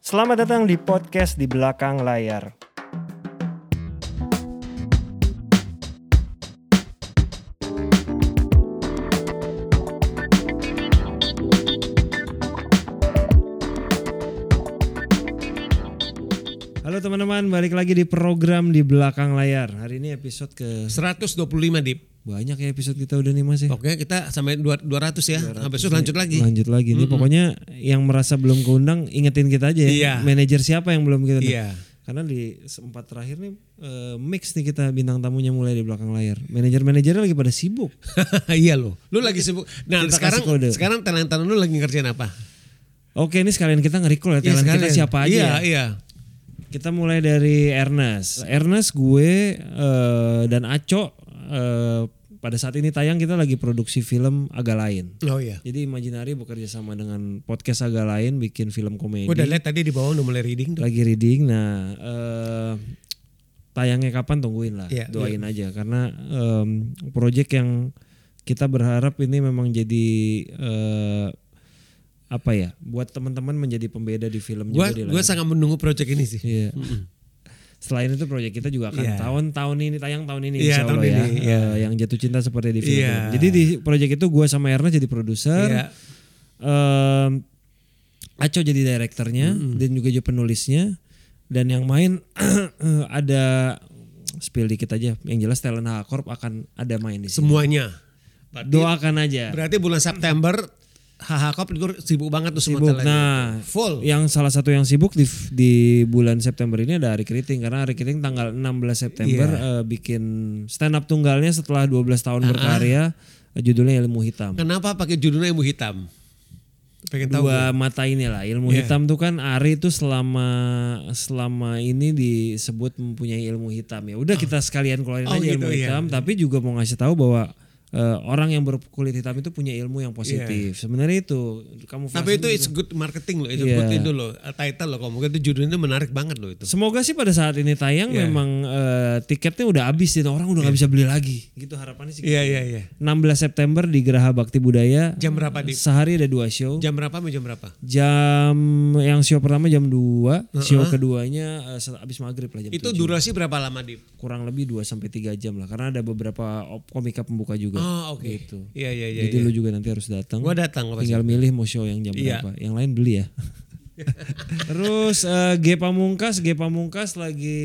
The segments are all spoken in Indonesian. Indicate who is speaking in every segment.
Speaker 1: Selamat datang di podcast di belakang layar. Halo teman-teman, balik lagi di program di belakang layar. Hari ini episode ke
Speaker 2: 125 Dip.
Speaker 1: banyak ya episode kita udah nih Mas ya.
Speaker 2: Pokoknya kita sampai dua- 200 ya. Habis itu lanjut lagi.
Speaker 1: iya. Lanjut lagi nih. Pokoknya yang merasa belum keundang ingetin kita aja ya.
Speaker 2: Iya.
Speaker 1: Manajer siapa yang belum kita
Speaker 2: Iya.
Speaker 1: Karena di empat terakhir nih eh, mix nih kita bintang tamunya mulai di belakang layar. Manajer-manajernya lagi pada sibuk.
Speaker 2: iya loh. Lu lagi sibuk. Nah,
Speaker 1: Kita
Speaker 2: sekarang
Speaker 1: kasih kode.
Speaker 2: sekarang talenta lu lagi ngerjain apa?
Speaker 1: Oke, ini sekalian kita nge-recall ya
Speaker 2: Iya,
Speaker 1: talent kita
Speaker 2: sekalian.
Speaker 1: siapa aja.
Speaker 2: Iya,
Speaker 1: ya.
Speaker 2: iya.
Speaker 1: Kita mulai dari Ernest. Ernest gue eh, dan Aco eh, pada saat ini tayang kita lagi produksi film agak lain.
Speaker 2: Oh iya.
Speaker 1: Jadi Imaginary bekerja sama dengan podcast agak lain bikin film komedi.
Speaker 2: Gue udah lihat tadi di bawah udah mulai reading tuh.
Speaker 1: lagi reading. Nah, eh tayangnya kapan tungguin lah,
Speaker 2: Iya,
Speaker 1: doain aja karena em, project yang kita berharap ini memang jadi eh, apa ya, buat teman-teman menjadi pembeda di film
Speaker 2: Gue
Speaker 1: juga di
Speaker 2: gue
Speaker 1: layar.
Speaker 2: sangat menunggu project ini sih.
Speaker 1: Iya. Selain itu proyek kita juga akan
Speaker 2: Iya.
Speaker 1: tahun-tahun ini tayang tahun ini
Speaker 2: Iya,
Speaker 1: insya
Speaker 2: tahun
Speaker 1: Allah ya.
Speaker 2: ini, iya.
Speaker 1: Eh, yang jatuh cinta seperti di film.
Speaker 2: Iya.
Speaker 1: Jadi di proyek itu gue sama Erna jadi produser.
Speaker 2: Iya.
Speaker 1: Em, Aco jadi direkturnya dan juga jadi penulisnya dan yang main ada spill dikit aja yang jelas talent H Corp akan ada main di sini.
Speaker 2: Semuanya.
Speaker 1: Doakan aja.
Speaker 2: Berarti bulan September HH Kop gue sibuk banget tuh semua
Speaker 1: Sibuk.
Speaker 2: talentanya.
Speaker 1: Nah,
Speaker 2: Full.
Speaker 1: yang salah satu yang sibuk di di bulan September ini ada Ari Keriting karena Ari Keriting tanggal 16 September eh, bikin stand up tunggalnya setelah 12 tahun berkarya eh, judulnya Ilmu Hitam.
Speaker 2: Kenapa pakai judulnya Ibu Hitam? Pengen tahu. gua. Iya.
Speaker 1: Dua mata inilah Ilmu Hitam tuh kan Ari tuh selama selama ini disebut mempunyai ilmu hitam ya. Udah kita sekalian keluarin
Speaker 2: Oh,
Speaker 1: aja
Speaker 2: gitu,
Speaker 1: ilmu
Speaker 2: iya.
Speaker 1: hitam tapi juga mau ngasih tahu bahwa eh, orang yang berkulit hitam itu punya ilmu yang positif. Sebenarnya itu kamu
Speaker 2: Iya. Tapi itu it's good marketing loh, itu
Speaker 1: gitu. Iya.
Speaker 2: good itu loh, uh, title loh. Kalau mungkin itu judulnya menarik banget loh itu.
Speaker 1: Semoga sih pada saat ini tayang
Speaker 2: Iya.
Speaker 1: memang eh, tiketnya udah habis dan orang udah nggak bisa beli lagi. Gitu harapannya sih.
Speaker 2: Iya iya iya.
Speaker 1: 16 September di Geraha Bakti Budaya
Speaker 2: Jam berapa di?
Speaker 1: sehari ada dua show.
Speaker 2: Jam berapa sampai jam berapa?
Speaker 1: Jam yang show pertama jam 2, show keduanya eh, se- abis maghrib lah jam 7.
Speaker 2: Itu durasi berapa lama di?
Speaker 1: Kurang lebih 2 sampai 3 jam lah karena ada beberapa op- komika pembuka juga.
Speaker 2: Oh oke.
Speaker 1: Gitu.
Speaker 2: Iya iya iya.
Speaker 1: Jadi Iya. lu juga nanti harus datang.
Speaker 2: Gua datang apa sih?
Speaker 1: Tinggal milih mau show yang jam
Speaker 2: Iya.
Speaker 1: berapa. Yang lain beli ya. Terus eh, G Pamungkas, G Pamungkas lagi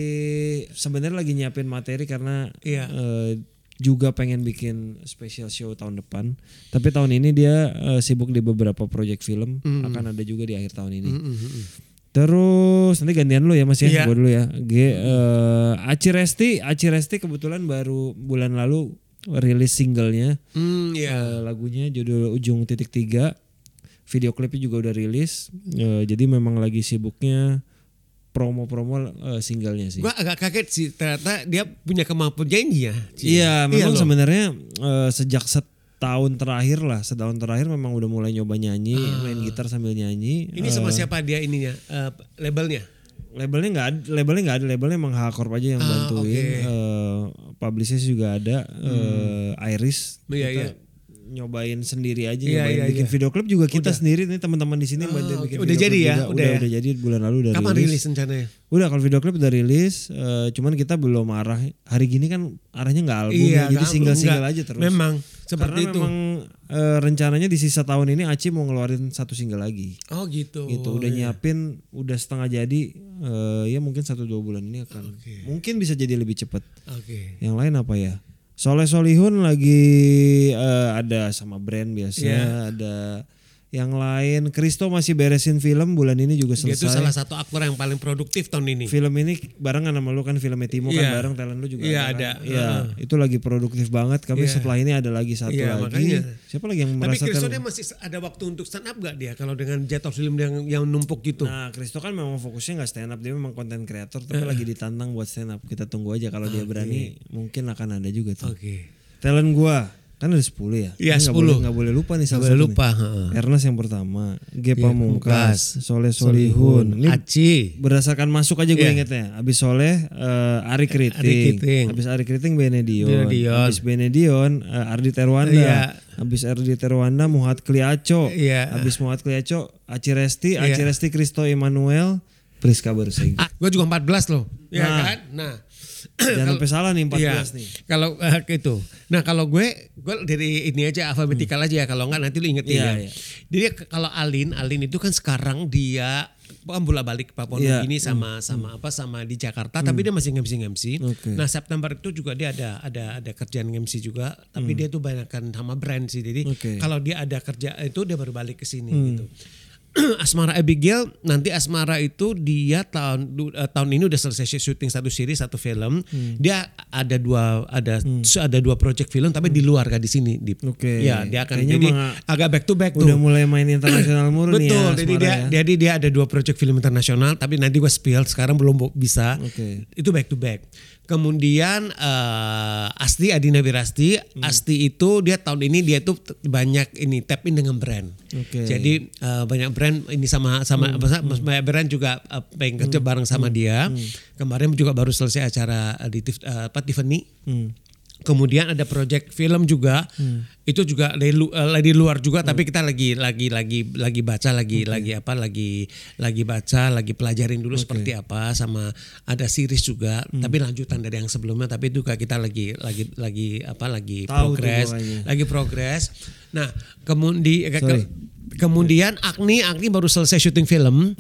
Speaker 1: sebenarnya lagi nyiapin materi karena
Speaker 2: Iya.
Speaker 1: eh, juga pengen bikin special show tahun depan. Tapi tahun ini dia eh, sibuk di beberapa project film, akan ada juga di akhir tahun ini. Terus nanti gantian lu ya Mas ya,
Speaker 2: Iya.
Speaker 1: Gua dulu ya. G eh, Aci Resti, Aci Resti kebetulan baru bulan lalu rilis singlenya.
Speaker 2: Hmm iya.
Speaker 1: Eh, lagunya judul Ujung Titik Tiga. Video klipnya juga udah rilis. Eh, jadi memang lagi sibuknya promo-promo eh, singlenya sih.
Speaker 2: Gua agak kaget sih ternyata dia punya kemampuan nyanyi ya.
Speaker 1: Iya, memang
Speaker 2: loh.
Speaker 1: sebenarnya eh, sejak setahun terakhir lah, setahun terakhir memang udah mulai nyoba nyanyi, main gitar sambil nyanyi.
Speaker 2: Ah.
Speaker 1: Eh,
Speaker 2: Ini sama siapa dia ininya? Eh, labelnya?
Speaker 1: labelnya nggak ada, labelnya nggak ada, labelnya emang H Corp aja yang
Speaker 2: Ah,
Speaker 1: bantuin. Eh publishnya juga ada,
Speaker 2: Hmm.
Speaker 1: eh, Iris.
Speaker 2: Iya,
Speaker 1: Kita
Speaker 2: iya.
Speaker 1: nyobain sendiri aja,
Speaker 2: Iya,
Speaker 1: nyobain
Speaker 2: iya, Ah,
Speaker 1: bikin video klip juga kita sendiri nih teman-teman di sini bantuin bikin
Speaker 2: Udah
Speaker 1: video
Speaker 2: jadi
Speaker 1: klip
Speaker 2: ya?
Speaker 1: juga.
Speaker 2: Udah
Speaker 1: udah,
Speaker 2: ya?
Speaker 1: udah jadi bulan lalu udah
Speaker 2: Kapan
Speaker 1: rilis.
Speaker 2: rilis rencananya?
Speaker 1: Udah kalau video klip udah rilis, eh, cuman kita belum arah hari gini kan arahnya nggak album, ya, jadi
Speaker 2: Iya, nggak-
Speaker 1: single-single
Speaker 2: nggak.
Speaker 1: aja terus.
Speaker 2: Memang seperti
Speaker 1: Karena
Speaker 2: itu.
Speaker 1: memang eh, rencananya di sisa tahun ini Aci mau ngeluarin satu single lagi.
Speaker 2: oh gitu.
Speaker 1: Gitu, udah nyiapin udah setengah jadi eh, ya mungkin satu dua bulan ini akan mungkin bisa jadi lebih cepat.
Speaker 2: Oke.
Speaker 1: Yang lain apa ya? Soleh Solihun lagi eh, ada sama brand
Speaker 2: Iya.
Speaker 1: biasanya, ada yang lain Kristo masih beresin film bulan ini juga
Speaker 2: Dia itu
Speaker 1: selesai.
Speaker 2: salah satu aktor yang paling produktif tahun ini.
Speaker 1: Film ini barengan sama lu kan filmnya Timo kan
Speaker 2: Iya.
Speaker 1: bareng talent lu juga
Speaker 2: Iya,
Speaker 1: kan?
Speaker 2: ada.
Speaker 1: Iya, itu lagi produktif banget. Kami setelah ini ada lagi satu
Speaker 2: Iya,
Speaker 1: lagi.
Speaker 2: makanya.
Speaker 1: Siapa lagi yang
Speaker 2: Tapi
Speaker 1: merasa
Speaker 2: Kristo
Speaker 1: talent-
Speaker 2: dia masih ada waktu untuk stand up gak dia kalau dengan jatuh film yang yang numpuk gitu?
Speaker 1: Nah, Kristo kan memang fokusnya nggak stand up, dia memang konten kreator tapi
Speaker 2: Eh.
Speaker 1: lagi ditantang buat stand up. Kita tunggu aja kalau dia
Speaker 2: Ah, iya.
Speaker 1: berani mungkin akan ada juga tuh.
Speaker 2: Oke.
Speaker 1: Talent gua kan ada 10 ya.
Speaker 2: Oh.
Speaker 1: Ini
Speaker 2: Iya,
Speaker 1: nggak
Speaker 2: 10.
Speaker 1: boleh- nggak boleh lupa nih salah
Speaker 2: Boleh
Speaker 1: satu
Speaker 2: lupa.
Speaker 1: nih.
Speaker 2: heeh.
Speaker 1: Ernest yang pertama, G
Speaker 2: Pamungkas,
Speaker 1: Pamungkas, Soleh Solihun. Ini
Speaker 2: Aci.
Speaker 1: berdasarkan masuk aja gue
Speaker 2: Iya.
Speaker 1: ingetnya. Abis Soleh eh, Ari Kriting.
Speaker 2: Ari Kriting.
Speaker 1: Abis Ari Kriting Benedion.
Speaker 2: Benedion.
Speaker 1: Abis Benedion eh, Ardi Terwanda.
Speaker 2: Iya.
Speaker 1: Abis Ardi Terwanda Muhat Kliaco.
Speaker 2: Iya.
Speaker 1: Abis Muhat Kliaco Aci Resti, Aci
Speaker 2: Iya.
Speaker 1: Resti Kristo Emanuel, Priska Barusegi.
Speaker 2: Gue juga 14 loh. Ya
Speaker 1: Nah.
Speaker 2: kan? Nah.
Speaker 1: Jangan
Speaker 2: Kalau-
Speaker 1: sampai salah nih 14
Speaker 2: Iya.
Speaker 1: nih.
Speaker 2: Kalau eh, gitu. Nah, kalau gue gue dari ini aja alfabetikal aja ya kalau enggak nanti lu
Speaker 1: Hmm.
Speaker 2: ingetin
Speaker 1: Iya,
Speaker 2: ya.
Speaker 1: iya.
Speaker 2: Jadi ke- kalau Alin, Alin itu kan sekarang dia bola balik Papua
Speaker 1: Iya. Hmm.
Speaker 2: Nugini sama sama apa sama di Jakarta tapi dia masih ngemsi ngemsi.
Speaker 1: Oke.
Speaker 2: Nah September itu juga dia ada ada ada kerjaan ngemsi juga tapi dia tuh banyakkan sama brand sih jadi
Speaker 1: Hmm. Oke. Hmm.
Speaker 2: kalau dia ada kerja itu dia baru balik ke sini gitu. Asmara Abigail nanti Asmara itu dia tahun du- eh, tahun ini udah selesai syuting satu series satu film.
Speaker 1: Hmm.
Speaker 2: Dia ada dua ada ada dua project film tapi di luar kan di sini di
Speaker 1: Hmm. Oke.
Speaker 2: ya dia akan
Speaker 1: Kayaknya
Speaker 2: jadi
Speaker 1: mah
Speaker 2: agak back to back tuh.
Speaker 1: Udah mulai main internasional murni ya.
Speaker 2: Betul, jadi
Speaker 1: Asmara
Speaker 2: dia,
Speaker 1: ya.
Speaker 2: jadi dia ada dua project film internasional, tapi nanti gue spill sekarang belum bo- bisa.
Speaker 1: Oke.
Speaker 2: Itu back to back. Kemudian eh, Asti Adina Wirasti, Asti itu dia tahun ini dia tuh t- banyak ini tap in dengan brand.
Speaker 1: Oke.
Speaker 2: Jadi eh, banyak brand ini sama sama apa- banyak brand juga eh, pengen kerja bareng sama dia. Kemarin juga baru selesai acara eh, di Tif- eh, apa, Tiffany.
Speaker 1: Hmm,
Speaker 2: Kemudian ada project film juga. Itu juga dari, lu- eh, dari luar
Speaker 1: Hmm.
Speaker 2: juga tapi kita lagi lagi lagi lagi baca lagi lagi apa lagi lagi baca lagi pelajarin dulu seperti apa sama ada series juga
Speaker 1: Hmm.
Speaker 2: tapi lanjutan dari yang sebelumnya tapi itu kayak kita lagi lagi lagi apa
Speaker 1: Tahu
Speaker 2: lagi
Speaker 1: tuh
Speaker 2: progres
Speaker 1: pokoknya.
Speaker 2: lagi progres. Nah, kemudian kemudian Agni Agni baru selesai syuting film.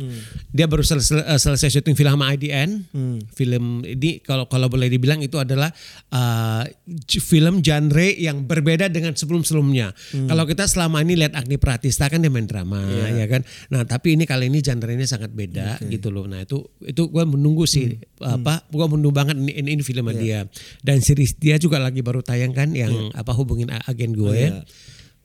Speaker 2: Dia baru sel- sel- eh, selesai syuting film sama IDN. Film ini kalau kalau boleh dibilang itu adalah eh, j- film genre yang berbeda dengan sebelum-sebelumnya. Kalau kita selama ini lihat Agni Pratista kan dia main drama ya kan. Nah, tapi ini kali ini genre-nya sangat beda gitu loh. Nah, itu itu gua menunggu sih apa gua menunggu banget ini, ini, ini film dia. Dan series dia juga lagi baru tayang kan yang apa hubungin a- agen gue.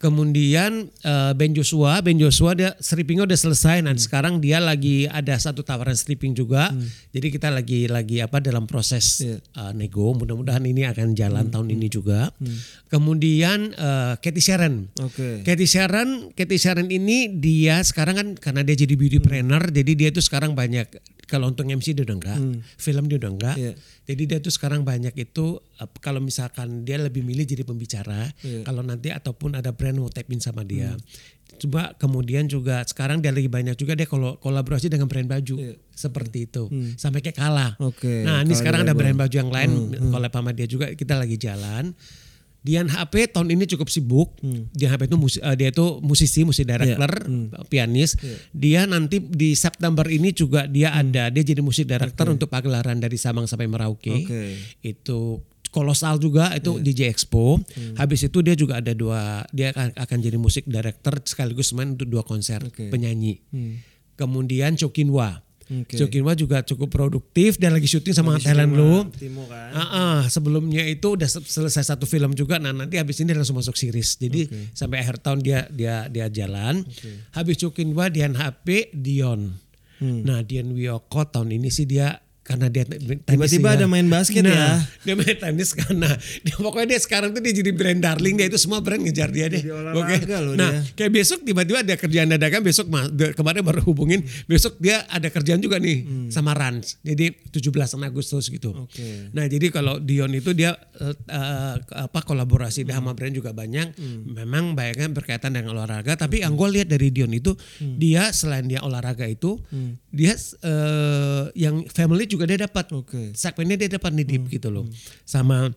Speaker 2: Kemudian eh, Ben Joshua, Ben Joshua dia strippingnya udah selesai. Nah sekarang dia lagi ada satu tawaran stripping juga. Jadi kita lagi lagi apa dalam proses
Speaker 1: Iya.
Speaker 2: eh, nego. Mudah-mudahan ini akan jalan tahun ini juga. Kemudian eh, Cathy Sharon.
Speaker 1: Oke.
Speaker 2: Cathy Sharon, Cathy Sharon ini dia sekarang kan karena dia jadi
Speaker 1: Hmm.
Speaker 2: beauty planner, jadi dia tuh sekarang banyak kalau untuk MC dia udah enggak, film dia udah enggak.
Speaker 1: Hmm. Iya.
Speaker 2: Jadi dia tuh sekarang banyak itu eh, kalau misalkan dia lebih milih jadi pembicara,
Speaker 1: Iya.
Speaker 2: kalau nanti ataupun ada brand mau tap in sama dia.
Speaker 1: Hmm.
Speaker 2: Coba kemudian juga sekarang dia lagi banyak juga dia kalau kolaborasi dengan brand baju seperti itu sampai kayak kalah.
Speaker 1: Iya. Hmm. Oke,
Speaker 2: Nah, ini
Speaker 1: Kala
Speaker 2: sekarang
Speaker 1: juga
Speaker 2: ada brand baju yang
Speaker 1: Hmm,
Speaker 2: lain collab sama dia juga kita lagi jalan. Dian HP tahun ini cukup sibuk.
Speaker 1: Hmm.
Speaker 2: Dian HP itu musi- eh, dia itu musisi, musisi
Speaker 1: Iya.
Speaker 2: director, pianis. Dia nanti di September ini juga dia
Speaker 1: Hmm.
Speaker 2: ada dia jadi musik director untuk pagelaran dari Sabang sampai Merauke.
Speaker 1: Oke. Iya.
Speaker 2: Itu kolosal juga itu DJ Expo.
Speaker 1: Hmm.
Speaker 2: Habis itu dia juga ada dua dia akan, akan jadi musik director sekaligus main untuk dua konser
Speaker 1: Oke. Hmm.
Speaker 2: penyanyi. Kemudian Cokinwa.
Speaker 1: Oke.
Speaker 2: Cokinwa juga cukup produktif dan lagi syuting sama talent lu.
Speaker 1: Timo kan.
Speaker 2: Ah, ah, sebelumnya itu udah se- selesai satu film juga. Nah, nanti habis ini langsung masuk series. Jadi sampai akhir tahun dia dia dia jalan. Habis cukin gua Dian HP Dion.
Speaker 1: Hmm.
Speaker 2: Nah, Dion Wiyoko tahun ini sih dia karena dia tenis
Speaker 1: Tiba-tiba ada main basket ya.
Speaker 2: Nah, Dia main tenis karena dia pokoknya dia sekarang tuh dia jadi brand darling dia itu semua brand ngejar dia deh.
Speaker 1: Jadi olahraga loh
Speaker 2: nah,
Speaker 1: dia.
Speaker 2: kayak besok tiba-tiba ada kerjaan dadakan besok ma- de- kemarin baru hubungin besok dia ada kerjaan juga nih
Speaker 1: Hmm.
Speaker 2: sama Rans. Jadi 17 Agustus gitu.
Speaker 1: Oke.
Speaker 2: Nah, jadi kalau Dion itu dia eh, eh, apa kolaborasi dia sama brand juga banyak. Memang banyaknya berkaitan dengan olahraga, tapi yang gue lihat dari Dion itu dia selain dia olahraga itu dia eh, yang family juga dia dapat.
Speaker 1: Oke.
Speaker 2: Segmennya dia dapat nih Dip, gitu loh. Sama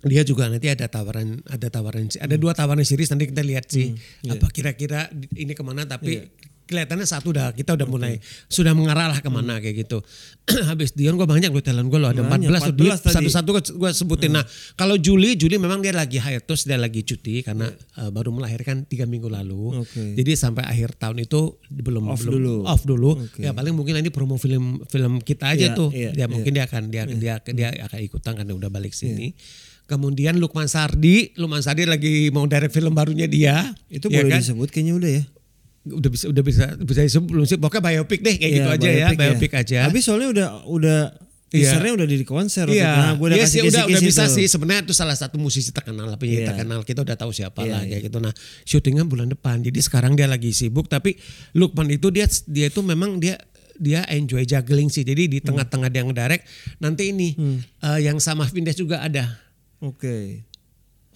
Speaker 2: dia juga nanti ada tawaran ada tawaran ada dua tawaran series nanti kita lihat sih apa kira-kira ini kemana tapi kelihatannya satu udah kita udah mulai sudah mengarah lah kemana kayak gitu habis Dion gue banyak lo talent gue lo ada
Speaker 1: Banyak,
Speaker 2: 14 tuh
Speaker 1: 14 tadi. Hmm.
Speaker 2: satu-satu gue sebutin nah kalau Juli Juli memang dia lagi hiatus dia lagi cuti karena eh, baru melahirkan tiga minggu lalu
Speaker 1: Oke.
Speaker 2: jadi sampai akhir tahun itu belum
Speaker 1: Off
Speaker 2: belum-
Speaker 1: dulu.
Speaker 2: off dulu
Speaker 1: Oke.
Speaker 2: ya paling mungkin nanti promo film film kita aja
Speaker 1: Iya,
Speaker 2: tuh
Speaker 1: iya,
Speaker 2: dia
Speaker 1: iya.
Speaker 2: mungkin dia akan dia dia dia akan ikutan karena udah balik sini. Kemudian Lukman Sardi, Lukman Sardi lagi mau direct film barunya dia.
Speaker 1: Itu
Speaker 2: ya
Speaker 1: boleh
Speaker 2: kan?
Speaker 1: disebut kayaknya udah ya.
Speaker 2: udah bisa udah bisa bisa disebut belum sih? Pokoknya biopic deh kayak
Speaker 1: Iya,
Speaker 2: gitu aja ya, biopic aja.
Speaker 1: Tapi soalnya udah udah
Speaker 2: Iya.
Speaker 1: teasernya udah di konser. waktu itu. Nah,
Speaker 2: Iya,
Speaker 1: gue udah
Speaker 2: Iya
Speaker 1: kasih
Speaker 2: sih, udah, udah
Speaker 1: kisi-kisi
Speaker 2: bisa
Speaker 1: tuh.
Speaker 2: sih sebenarnya itu salah satu musisi terkenal lah, penyanyi
Speaker 1: Iya.
Speaker 2: terkenal kita udah tahu siapa
Speaker 1: Iya,
Speaker 2: lah
Speaker 1: iya.
Speaker 2: kayak gitu. Nah, syutingnya bulan depan. Jadi sekarang dia lagi sibuk tapi Lukman itu dia dia itu memang dia dia enjoy juggling sih. Jadi di
Speaker 1: Hmm.
Speaker 2: tengah-tengah dia yang direct nanti ini eh, yang sama Vindes juga ada.
Speaker 1: Oke.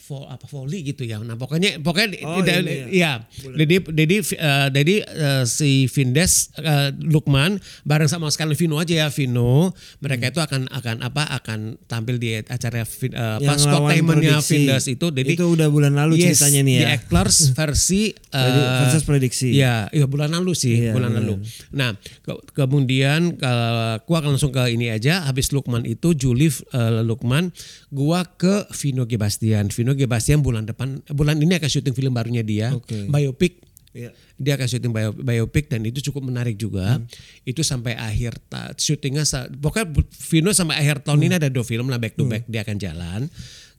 Speaker 2: vol apa volley gitu ya. Nah pokoknya pokoknya
Speaker 1: Oh,
Speaker 2: tidak-
Speaker 1: ini
Speaker 2: ya. Jadi jadi eh, jadi eh, si Vindes eh, Lukman bareng sama sekali Vino aja ya
Speaker 1: Hmm.
Speaker 2: Vino. Mereka itu akan akan apa akan tampil di acara Vin- eh, apa
Speaker 1: Yang lawan
Speaker 2: Tainment-nya
Speaker 1: prediksi.
Speaker 2: Vindes itu. Jadi
Speaker 1: Itu udah bulan lalu
Speaker 2: Yes,
Speaker 1: ceritanya nih
Speaker 2: The
Speaker 1: ya.
Speaker 2: Actors versi
Speaker 1: Jadi
Speaker 2: eh,
Speaker 1: versus prediksi.
Speaker 2: Iya, iya bulan lalu sih,
Speaker 1: Iya,
Speaker 2: bulan
Speaker 1: benar.
Speaker 2: lalu. Nah, ke- kemudian eh, gua akan langsung ke ini aja habis Lukman itu Juli eh, Lukman gua ke Vino G. Bastian. Vino G. Bastian bulan depan bulan ini akan syuting film barunya dia,
Speaker 1: Oke.
Speaker 2: biopic.
Speaker 1: Iya.
Speaker 2: Dia akan syuting bio- biopic dan itu cukup menarik juga. Itu sampai akhir ta- syutingnya sa- pokoknya bu- Vino sampai akhir tahun ini ada dua film lah back to back dia akan jalan.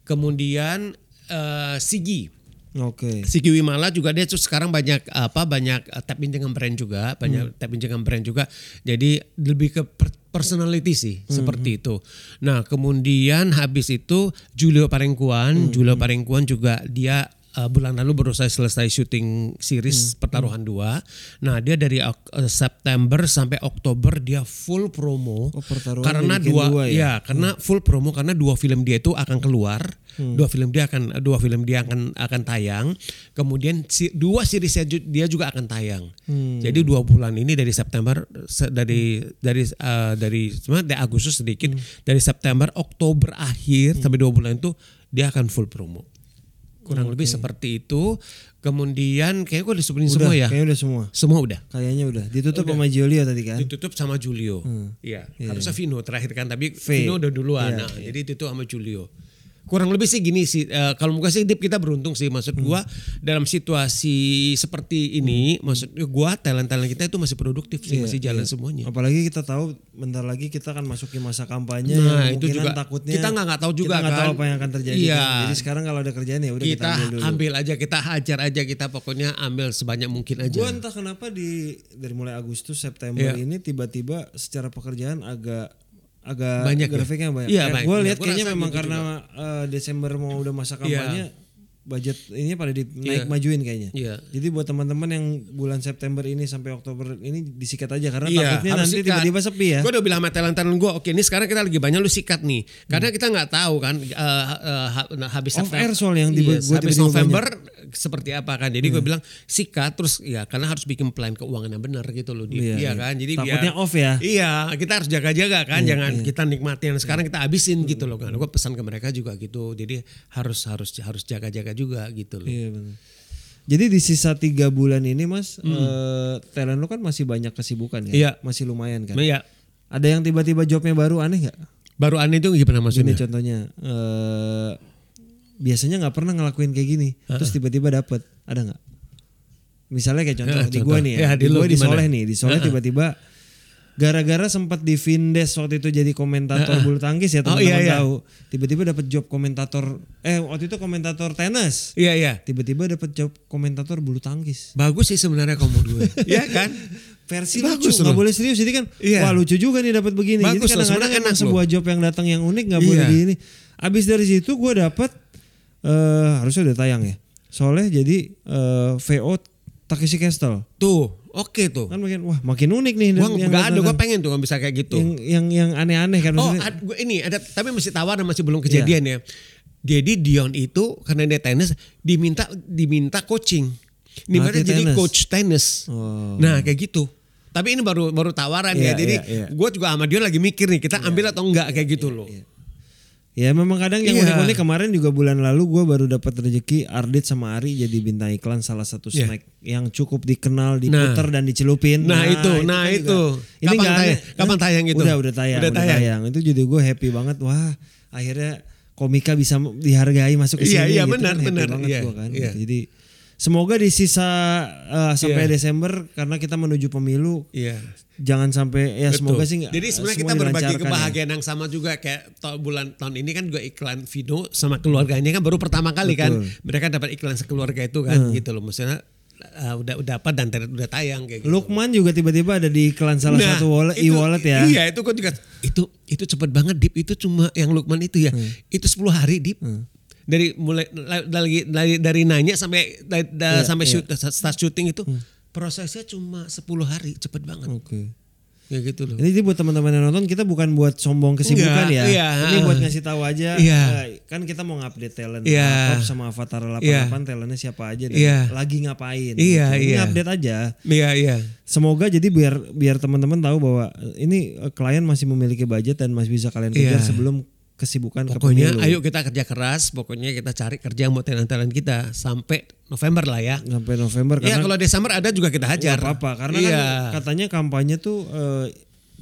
Speaker 2: Kemudian eh, Sigi
Speaker 1: Oke.
Speaker 2: Si Kiwi Mala juga dia tuh sekarang banyak apa banyak eh, tap in dengan brand juga, banyak tap in dengan brand juga. Jadi lebih ke per- personality sih seperti itu. Nah, kemudian habis itu Julio Parengkuan, Julio Parengkuan juga dia eh, bulan lalu baru saya selesai syuting series pertaruhan 2. Nah, dia dari Ok- eh, September sampai Oktober dia full promo
Speaker 1: Oh, Pertaruhan
Speaker 2: karena
Speaker 1: dibikin dua ya?
Speaker 2: dua, ya Ya, karena full promo karena dua film dia itu akan keluar,
Speaker 1: Hmm.
Speaker 2: dua film dia akan dua film dia akan akan tayang, kemudian si- dua series dia juga akan tayang.
Speaker 1: Hmm.
Speaker 2: Jadi dua bulan ini dari September se- dari dari eh, dari sebenarnya dari Agustus
Speaker 1: Hmm.
Speaker 2: sedikit dari September Oktober akhir sampai dua bulan itu dia akan full promo.
Speaker 1: Oh,
Speaker 2: Kurang lebih seperti itu. Kemudian kayaknya gue disuruhin
Speaker 1: Udah,
Speaker 2: semua ya.
Speaker 1: Kayaknya udah semua.
Speaker 2: Semua udah.
Speaker 1: Kayaknya udah. Ditutup sama Giulio tadi kan? Hmm.
Speaker 2: Ditutup sama Julio. Iya, harusnya Vino terakhir kan, tapi
Speaker 1: V. Iya.
Speaker 2: Vino udah duluan. Nah, jadi ditutup sama Julio. Kurang lebih sih gini sih, eh, kalau gue sih Dip, kita beruntung sih,
Speaker 1: Hmm.
Speaker 2: maksud gua dalam situasi seperti ini,
Speaker 1: Hmm.
Speaker 2: maksud gua talent-talent kita itu masih produktif
Speaker 1: Iya,
Speaker 2: sih, masih jalan semuanya.
Speaker 1: Apalagi kita tahu bentar lagi kita akan masuk ke masa kampanye
Speaker 2: Nah,
Speaker 1: yang
Speaker 2: itu
Speaker 1: kemungkinan
Speaker 2: juga.
Speaker 1: takutnya
Speaker 2: Kita nggak- nggak tahu juga
Speaker 1: kita nggak tahu
Speaker 2: kan.
Speaker 1: apa yang akan terjadi.
Speaker 2: Iya.
Speaker 1: kan. Jadi sekarang kalau ada kerjaan ya udah kita,
Speaker 2: Kita
Speaker 1: ambil dulu.
Speaker 2: ambil aja, kita hajar aja, kita pokoknya ambil sebanyak mungkin aja.
Speaker 1: Gue entah kenapa di dari mulai Agustus September
Speaker 2: Iya.
Speaker 1: ini tiba-tiba secara pekerjaan agak agak
Speaker 2: Banyak ya?
Speaker 1: grafiknya banyak.
Speaker 2: Iya, banyak.
Speaker 1: gue
Speaker 2: Iya,
Speaker 1: lihat
Speaker 2: gua
Speaker 1: kayaknya
Speaker 2: rasa
Speaker 1: memang
Speaker 2: gitu
Speaker 1: karena eh, Desember mau udah masa kampanye budget ini pada di naik
Speaker 2: Iya.
Speaker 1: majuin kayaknya.
Speaker 2: Iya.
Speaker 1: Jadi buat teman-teman yang bulan September ini sampai Oktober ini disikat aja karena
Speaker 2: Iya,
Speaker 1: takutnya nanti tiba-tiba sepi ya.
Speaker 2: Gue udah bilang sama talent-talent gue, oke ini sekarang kita lagi banyak lu sikat nih. Karena kita nggak tahu kan eh, eh, ha- nah, habis
Speaker 1: Off air soalnya yang di-
Speaker 2: Iya,
Speaker 1: gua
Speaker 2: habis
Speaker 1: tiba-tiba Hmm.
Speaker 2: November seperti apa kan. Jadi gue bilang sikat terus ya karena harus bikin plan keuangan yang benar gitu loh dia
Speaker 1: Iya, iya.
Speaker 2: kan. Jadi biar-
Speaker 1: Takutnya off ya. Iya,
Speaker 2: Iya, kita harus jaga-jaga kan. Jangan kita nikmatin yang sekarang kita habisin
Speaker 1: Hmm.
Speaker 2: gitu loh kan. Gue pesan ke mereka juga gitu. Jadi harus harus harus jaga-jaga juga gitu loh.
Speaker 1: Iya benar. Jadi di sisa tiga bulan ini mas, eh, talent lo kan masih banyak kesibukan kan?
Speaker 2: Hmm. Iya.
Speaker 1: Masih lumayan kan?
Speaker 2: Iya.
Speaker 1: Ada yang tiba-tiba jobnya baru aneh nggak?
Speaker 2: Baru aneh itu gimana
Speaker 1: Ini
Speaker 2: maksudnya?
Speaker 1: contohnya eh biasanya nggak pernah ngelakuin kayak gini, terus tiba-tiba dapet ada nggak? Misalnya kayak contoh
Speaker 2: Eh,
Speaker 1: di
Speaker 2: contoh.
Speaker 1: gua nih ya,
Speaker 2: Ya,
Speaker 1: di,
Speaker 2: di lu
Speaker 1: gua di
Speaker 2: gimana?
Speaker 1: Soleh nih, di Soleh tiba-tiba gara-gara sempat di Vindes waktu itu jadi komentator bulu tangkis ya
Speaker 2: Oh,
Speaker 1: teman-teman
Speaker 2: iya, iya.
Speaker 1: tahu, tiba-tiba dapet job komentator, eh waktu itu komentator tenis,
Speaker 2: Iya iya.
Speaker 1: tiba-tiba dapet job komentator bulu tangkis.
Speaker 2: Bagus sih sebenarnya kamu gue. Iya kan?
Speaker 1: versi
Speaker 2: Bagus
Speaker 1: lucu nggak
Speaker 2: loh.
Speaker 1: boleh serius jadi kan
Speaker 2: Iya.
Speaker 1: wah lucu juga nih dapat begini
Speaker 2: Bagus
Speaker 1: jadi kadang-kadang
Speaker 2: loh, sebenarnya
Speaker 1: emang
Speaker 2: enak
Speaker 1: sebuah job yang datang yang unik nggak
Speaker 2: Iya.
Speaker 1: boleh di ini abis dari situ gue dapat eh harusnya udah tayang ya soalnya jadi eh, VO Takeshi Castle
Speaker 2: Tuh, oke tuh.
Speaker 1: kan makin wah makin unik nih
Speaker 2: Gua
Speaker 1: yang
Speaker 2: nggak ada, gua
Speaker 1: datang.
Speaker 2: pengen tuh bisa kayak gitu.
Speaker 1: yang yang yang aneh-aneh kan
Speaker 2: oh,
Speaker 1: maksudnya. Iya.
Speaker 2: ad- gua ini ada tapi masih tawaran masih belum kejadian ya. Jadi Dion itu karena dia tenis diminta diminta coaching. Dimana
Speaker 1: Melatih
Speaker 2: jadi
Speaker 1: tenis.
Speaker 2: coach tenis.
Speaker 1: Oh.
Speaker 2: Nah, kayak gitu. Tapi ini baru baru tawaran
Speaker 1: Iya,
Speaker 2: ya. Jadi
Speaker 1: iya, iya.
Speaker 2: gua juga sama Dion lagi mikir nih kita ambil atau enggak kayak gitu loh.
Speaker 1: Ya memang kadang yang
Speaker 2: Iya.
Speaker 1: unik-unik kemarin juga bulan lalu gue baru dapat rezeki Ardit sama Ari jadi bintang iklan salah satu
Speaker 2: Iya.
Speaker 1: snack yang cukup dikenal
Speaker 2: Nah.
Speaker 1: diputer dan dicelupin.
Speaker 2: Nah, itu, nah,
Speaker 1: kan
Speaker 2: itu.
Speaker 1: juga- Ini
Speaker 2: Kapan
Speaker 1: nggak
Speaker 2: tayang?
Speaker 1: aneh.
Speaker 2: Kapan tayang itu?
Speaker 1: Udah udah tayang. Udah
Speaker 2: Udah
Speaker 1: tayang.
Speaker 2: tayang.
Speaker 1: Itu jadi gue happy banget. Wah akhirnya komika bisa dihargai masuk ke sini.
Speaker 2: Iya, iya,
Speaker 1: gitu
Speaker 2: benar,
Speaker 1: kan. Happy
Speaker 2: benar.
Speaker 1: banget
Speaker 2: Iya,
Speaker 1: gua kan.
Speaker 2: iya.
Speaker 1: Jadi semoga di sisa eh, sampai Desember karena kita menuju pemilu.
Speaker 2: Iya.
Speaker 1: Jangan sampai ya
Speaker 2: Betul.
Speaker 1: semoga sih nggak-
Speaker 2: Jadi sebenarnya
Speaker 1: semua
Speaker 2: kita berbagi
Speaker 1: dilancarkan ya.
Speaker 2: kebahagiaan yang sama juga kayak to- bulan tahun ini kan gue iklan Vino sama keluarganya kan baru pertama kali kan mereka dapat iklan sekeluarga itu
Speaker 1: Hmm.
Speaker 2: kan gitu loh maksudnya uh, udah udah dapat dan ter- udah tayang kayak gitu.
Speaker 1: Lukman juga tiba-tiba ada di iklan salah
Speaker 2: Nah,
Speaker 1: satu wallet,
Speaker 2: itu-
Speaker 1: e-wallet ya.
Speaker 2: Iya, itu gue juga itu itu cepet banget Dip itu cuma yang Lukman itu ya.
Speaker 1: Hmm.
Speaker 2: Itu 10 hari Dip. Dari mulai la- lagi dari, dari nanya sampai da-
Speaker 1: Iya, Hmm.
Speaker 2: da- sampai shoot, start syuting itu prosesnya cuma 10 hari cepet banget.
Speaker 1: Oke.
Speaker 2: kayak gitu loh.
Speaker 1: Ini buat teman-teman yang nonton kita bukan buat sombong kesibukan
Speaker 2: Enggak,
Speaker 1: ya.
Speaker 2: iya.
Speaker 1: Ini buat ngasih tahu aja.
Speaker 2: Iya.
Speaker 1: eh, Kan kita mau ngupdate talent
Speaker 2: Iya.
Speaker 1: Top sama Avatar 88 talentnya siapa aja dan
Speaker 2: Iya.
Speaker 1: lagi ngapain. gitu.
Speaker 2: Iya,
Speaker 1: Ini
Speaker 2: iya.
Speaker 1: update aja.
Speaker 2: Iya iya.
Speaker 1: Semoga jadi biar biar teman-teman tahu bahwa eh, ini eh, klien masih memiliki budget dan masih bisa kalian kejar
Speaker 2: Iya.
Speaker 1: sebelum kesibukan ke
Speaker 2: Pokoknya
Speaker 1: pemilu.
Speaker 2: ayo kita kerja keras, pokoknya kita cari kerja buat talent-talent kita sampai November lah ya.
Speaker 1: sampai November
Speaker 2: Iya
Speaker 1: karena
Speaker 2: kalau Desember ada juga kita hajar.
Speaker 1: nggak apa-apa karena
Speaker 2: iya.
Speaker 1: kan katanya kampanye tuh eh,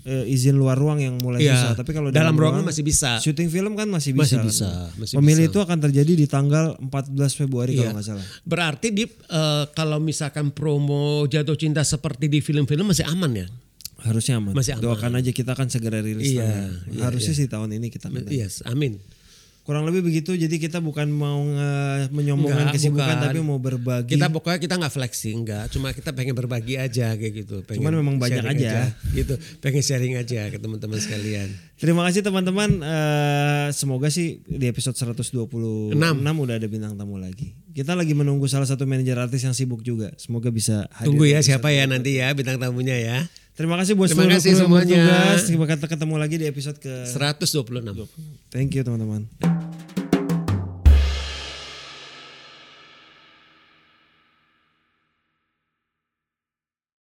Speaker 1: eh, izin luar ruang yang mulai
Speaker 2: Iya.
Speaker 1: susah tapi kalau
Speaker 2: dalam
Speaker 1: dalam
Speaker 2: ruangan masih bisa.
Speaker 1: syuting film kan masih bisa
Speaker 2: Masih
Speaker 1: kan?
Speaker 2: bisa, masih
Speaker 1: pemilih itu akan terjadi di tanggal 14 Februari kalau
Speaker 2: Iya.
Speaker 1: nggak salah
Speaker 2: Berarti di eh, kalau misalkan promo jatuh cinta seperti di film-film masih aman ya?
Speaker 1: harusnya aman.
Speaker 2: Masih aman.
Speaker 1: doakan aja kita akan segera rilis
Speaker 2: Iya,
Speaker 1: tanggal.
Speaker 2: iya,
Speaker 1: harusnya sih tahun ini kita menang.
Speaker 2: Yes, Iya, amin.
Speaker 1: kurang lebih begitu jadi kita bukan mau nge- menyombongkan
Speaker 2: Nggak,
Speaker 1: kesibukan
Speaker 2: bukan.
Speaker 1: tapi mau berbagi
Speaker 2: Kita pokoknya kita nggak flexing, nggak. Cuma kita pengen berbagi aja kayak gitu. Pengen
Speaker 1: Cuman memang banyak
Speaker 2: sharing
Speaker 1: aja.
Speaker 2: Gitu, pengen sharing aja ke teman-teman sekalian.
Speaker 1: Terima kasih teman-teman. Eh, semoga sih di episode 126 udah ada bintang tamu lagi. Kita lagi menunggu salah satu manajer artis yang sibuk juga. Semoga bisa hadir.
Speaker 2: Tunggu ya siapa ya nanti ya bintang tamunya ya.
Speaker 1: Terima kasih buat
Speaker 2: Terima
Speaker 1: seluruh kru
Speaker 2: kasih
Speaker 1: yang
Speaker 2: semuanya.
Speaker 1: bertugas. Kita ketemu lagi di episode ke
Speaker 2: 126.
Speaker 1: Thank you teman-teman.